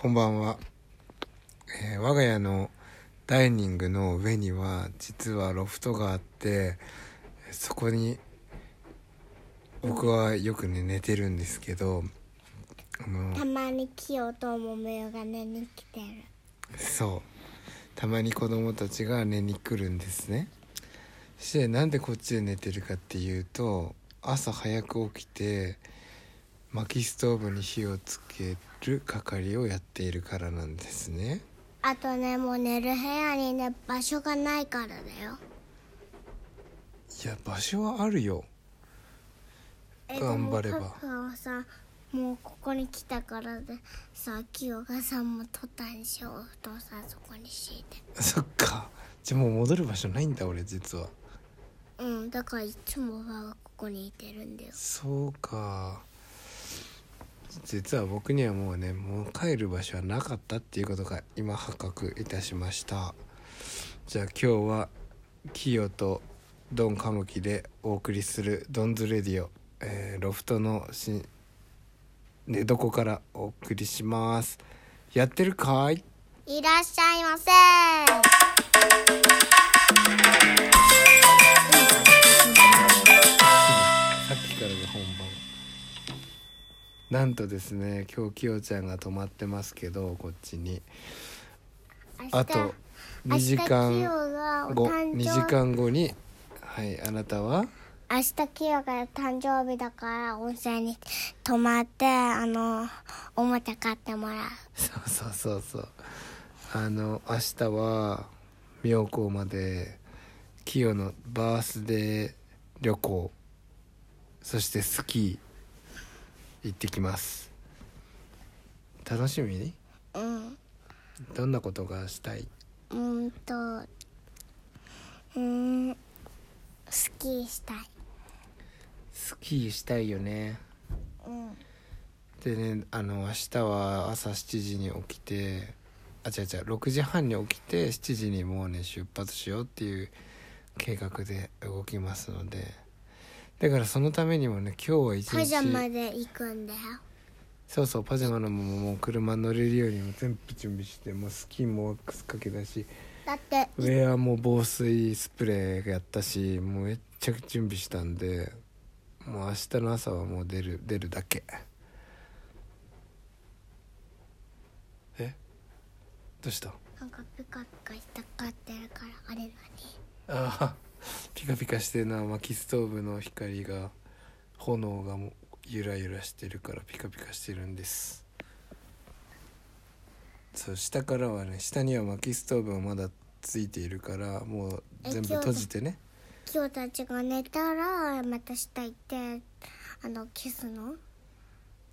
こんばんは、えー我が家のダイニングの上には実はロフトがあってそこに僕はよくね寝てるんですけどあのたまにキヨとモモヨが寝に来てるそうたまに子供たちが寝に来るんですねそしてなんでこっちで寝てるかっていうと朝早く起きて薪ストーブに火をつける係をやっているからなんですねあとねもう寝る部屋にね場所がないからだよいや場所はあるよ 頑張ればえでもパパはさもうここに来たからでさキヨがさもう取ったんでしょお父さんそこに敷いてそっかじゃあもう戻る場所ないんだ俺実はうんだからいつもパパはここにいてるんだよそうか実は僕にはもうねもう帰る場所はなかったっていうことが今発覚いたしましたじゃあ今日はキヨとドンカムキでお送りする「ドンズレディオ」えーロフトのし寝床からお送りしますやってるかいいらっしゃいませさっきからが本番なんとですね今日きよちゃんが泊まってますけどこっちにあと明2時日キヨ間がお後誕生2時間後にはいあなたは明日キヨが誕生日だから温泉に泊まってあのおもちゃ買ってもらうそうそうそうそうあの明日は妙高までキヨのバースデー旅行そしてスキー行ってきます楽しみにうんどんなことがしたいうーんとうーんスキーしたいスキーしたいよねうんでねあの明日は朝7時に起きてあ違う違う6時半に起きて7時にもうね出発しようっていう計画で動きますのでだからそのためにもね今日は一日パジャマで行くんだよそうそうパジャマのももう車乗れるようにも全部準備してもうスキーもワックスかけだしだってウェアも防水スプレーやったしもうめっちゃ準備したんでもう明日の朝はもう出る出るだけえどうしたなんかピカピカしたかってるからあれなにああピカピカしてるな薪ストーブの光が炎がもうゆらゆらしてるからピカピカしてるんですそう下からはね下には薪ストーブはまだついているからもう全部閉じてねキヨたちが寝たらまた下行ってあのキスの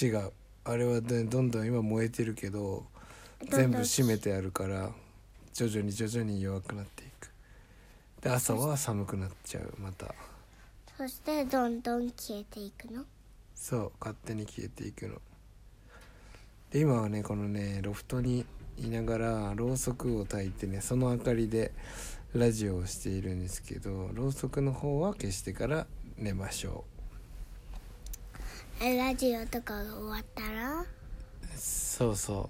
違うあれはねどんどん今燃えてるけど全部閉めてあるから徐々に徐々に弱くなっていくで朝は寒くなっちゃうまたそしてどんどん消えていくのそう勝手に消えていくので今はねこのねロフトにいながらろうそくを焚いてねその明かりでラジオをしているんですけどろうそくの方は消してから寝ましょえラジオとかが終わったらうそうそ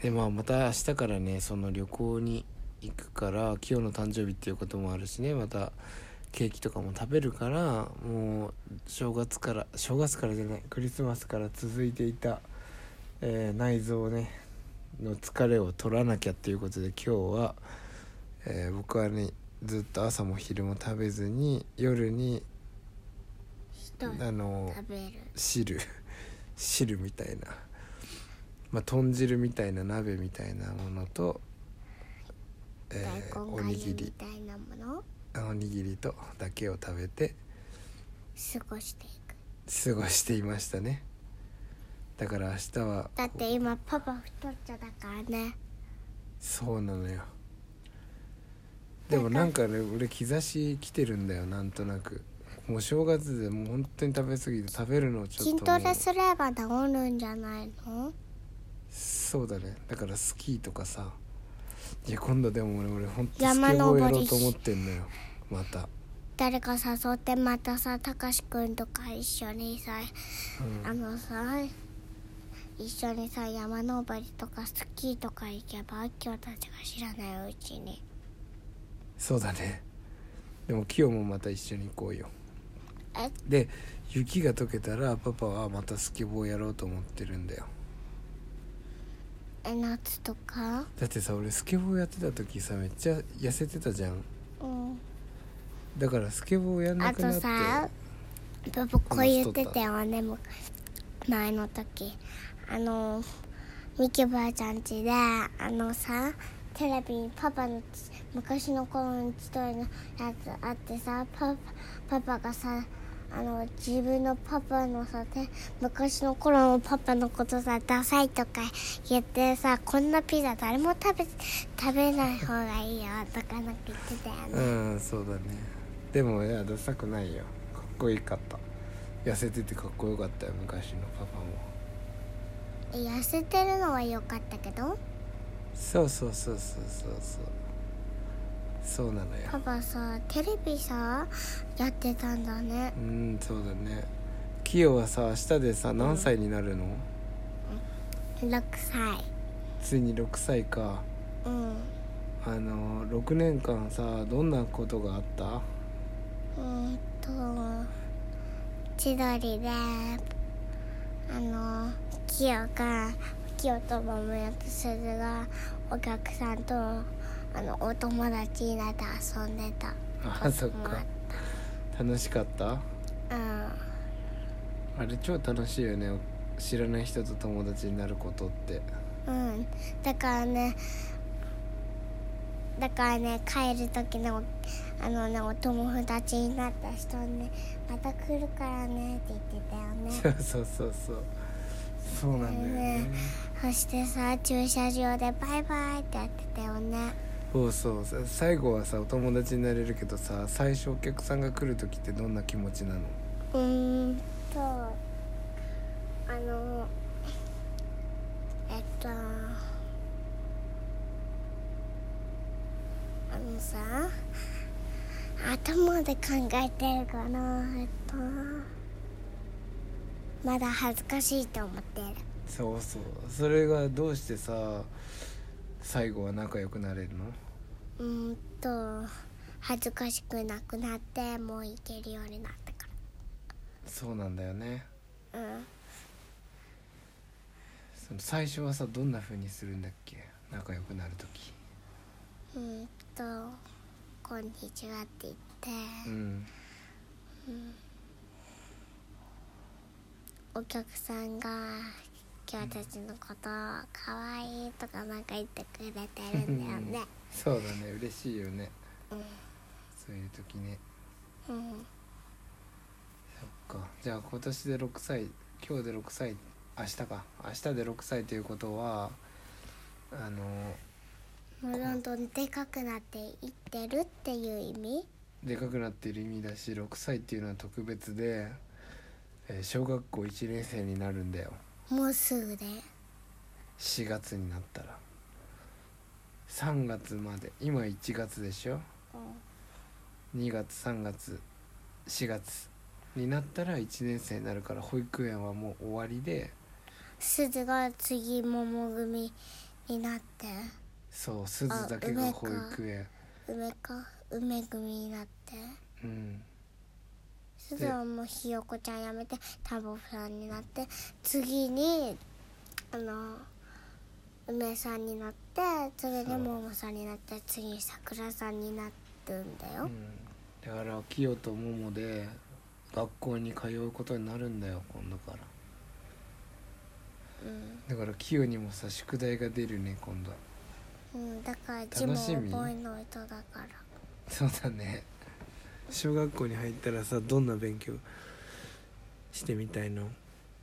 うでまあまた明日からねその旅行に行くから今日の誕生日っていうこともあるしねまたケーキとかも食べるからもう正月から正月からじゃないクリスマスから続いていた、えー内臓をねの疲れを取らなきゃっていうことで今日は、えー僕はねずっと朝も昼も食べずに夜に人あの食べる汁汁みたいな、まあ、豚汁みたいな鍋みたいなものと、え大ー根おがにゆぎみりたいなものをおにぎりとだけを食べて過ごしてい過くごしていましたねだから明日はだって今パパ太っちゃだからねそうなのよでもなんかね俺兆し来てるんだよなんとなくもう正月でもう本当に食べ過ぎて食べるのをちょっと筋もうトレすれば治るんじゃないのそうだねだからスキーとかさいや今度でも俺俺本当スケボ山ー登りやろうと思ってんのよまた、誰か誘ってまたさたかしくんとか一緒にさ、あのさ一緒にさ山登りとかスキーとか行けばキヨたちが知らないうちにそうだねでもキヨもまた一緒に行こうよえで雪が溶けたらパパはまたスケボーやろうと思ってるんだよえ夏とかだってさ俺スケボーやってた時さめっちゃ痩せてたじゃんうんだからスケボーやんなあくなとってさブブこう言ってたよねむ前の時あのミキばあちゃん家であのさテレビにパパのち昔の頃の一人のやつあってさパパパパがさあの自分のパパのさて昔の頃のパパのことさダサいとか言ってさこんなピザ誰も食べ食べない方がいいよとかなんか言ってたよねうんそうだねでもいやダサくないよかっこよかった痩せててかっこよかったよ昔のパパも痩せてるのは良かったけどそうそうそうそうそうそうそうなのよパパさテレビさやってたんだねうんそうだねキヨはさ明日でさ何歳になるの、 6歳ついに6歳かうんあの6年間さどんなことがあったうんと千鳥であのキヨがキヨと桃代と鈴がお客さんとあのお友達になって遊んでたあそっか楽しかったうんあれ超楽しいよね知らない人と友達になることってうん、だからねだからね帰る時のあのねお友達になった人にねまた来るからねって言ってたそ よねうそうそうそうそうなんだよねねそしてさ駐車場でバイバイってやってたよねそうそうさ最後はさお友達になれるけどさ最初お客さんが来る時ってどんな気持ちなのうーんとあのえっとあのさ頭で考えてるかなえっとまだ恥ずかしいと思ってるそうそうそれがどうしてさ最後は仲良くなれるのうーんと恥ずかしくなくなってもう行けるようになったかそうなんだよねらうんその最初はさどんな風にするんだっけ仲良くなる時うーんと「こんにちは」って言って。うんお客さんが今日たちのこと「かわいい」とかなんか言ってくれてるんだよね そうだね嬉しいよねそういう時ね うんそっかじゃあ今年で6歳今日で6歳明日か明日で6歳ということはあのもうどんどんでかくなっていってるっていう意味でかくなってる意味だし6歳っていうのは特別で、えー小学校1年生になるんだよもうすぐで4月になったら3月まで今1月でしょ2月3月4月になったら1年生になるから保育園はもう終わりで鈴が次桃組になってそうすずだけが保育園梅か梅組になってうん鈴はもうひよこちゃんやめてタボさんになって次にあの梅さんになってそれでそう桃さんになって次に桜さんになるんだうよん、だから清と桃で学校に通うことになるんだよ今度からうん、だから清にもさ宿題が出るね今度うん、だからし字みも覚えの人だからそうだね小学校に入ったらさどんな勉強してみたいの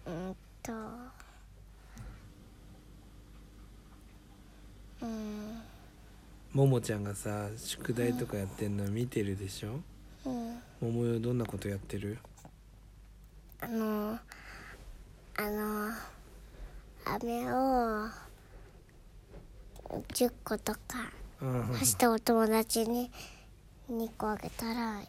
うんとうんももちゃんがさ宿題とかやってんの見てるでしょうんももよどんなことやってるあのあの飴を10個とかうんそしてお友達に2個あげたら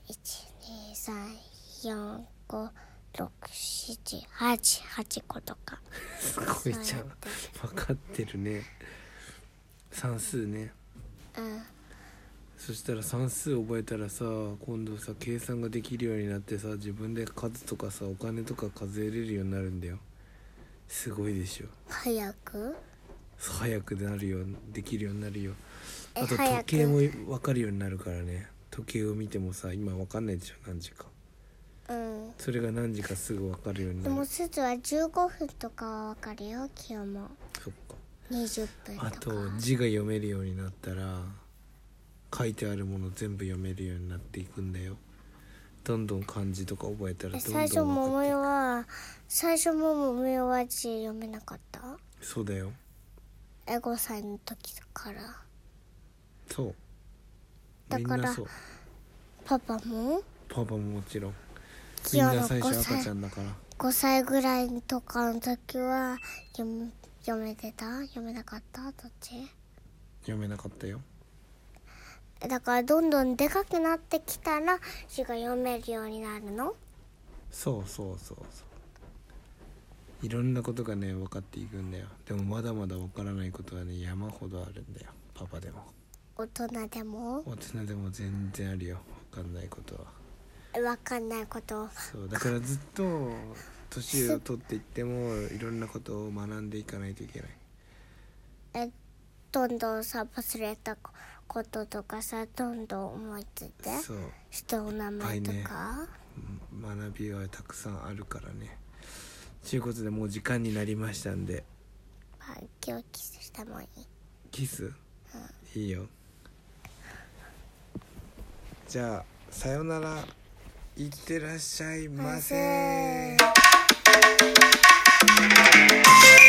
12345六七八八個とかすごいじゃん分かってるね算数ねうんそしたら算数覚えたらさ今度さ計算ができるようになってさ自分で数とかさお金とか数えれるようになるんだよすごいでしょ早く早くなるようできるようになるよえあと早時く計も分かるようになるからね時計を見てもさ今分かんないでしょ何時かうんそれが何時かすぐ分かるようにでもなるすずは15分とかはわかるよきよもそっか20分とかあと字が読めるようになったら書いてあるもの全部読めるようになっていくんだよどんどん漢字とか覚えたらどえんどん最初分か桃ってい代は最初も桃代は字読めなかったくそうだよえ5歳の時だからそうだみんからなそうパパもパパももちろんみキんヨなの最5初赤ちゃ歳んだから5歳ぐらいとかの時は読め読めてた読めなかったどっち読めなかったよえだからどんどんでかくなってきたら字が読めるようになるのそうそうそうそういろんなことがね分かっていくんだよでもまだまだ分からないことはね山ほどあるんだよパパでも大人でも大人でも全然あるよ分かんないことはわかんないことそうだからずっと年を取っていってもいろんなことを学んでいかないといけないえどんどんさ忘れたこととかさどんどん思いついてそう人の名前といっか、うん学びはたくさんあるからねということでもう時間になりましたんでまあ、気をキスしてもいいキスいいよじゃあさよならいってらっしゃいませませ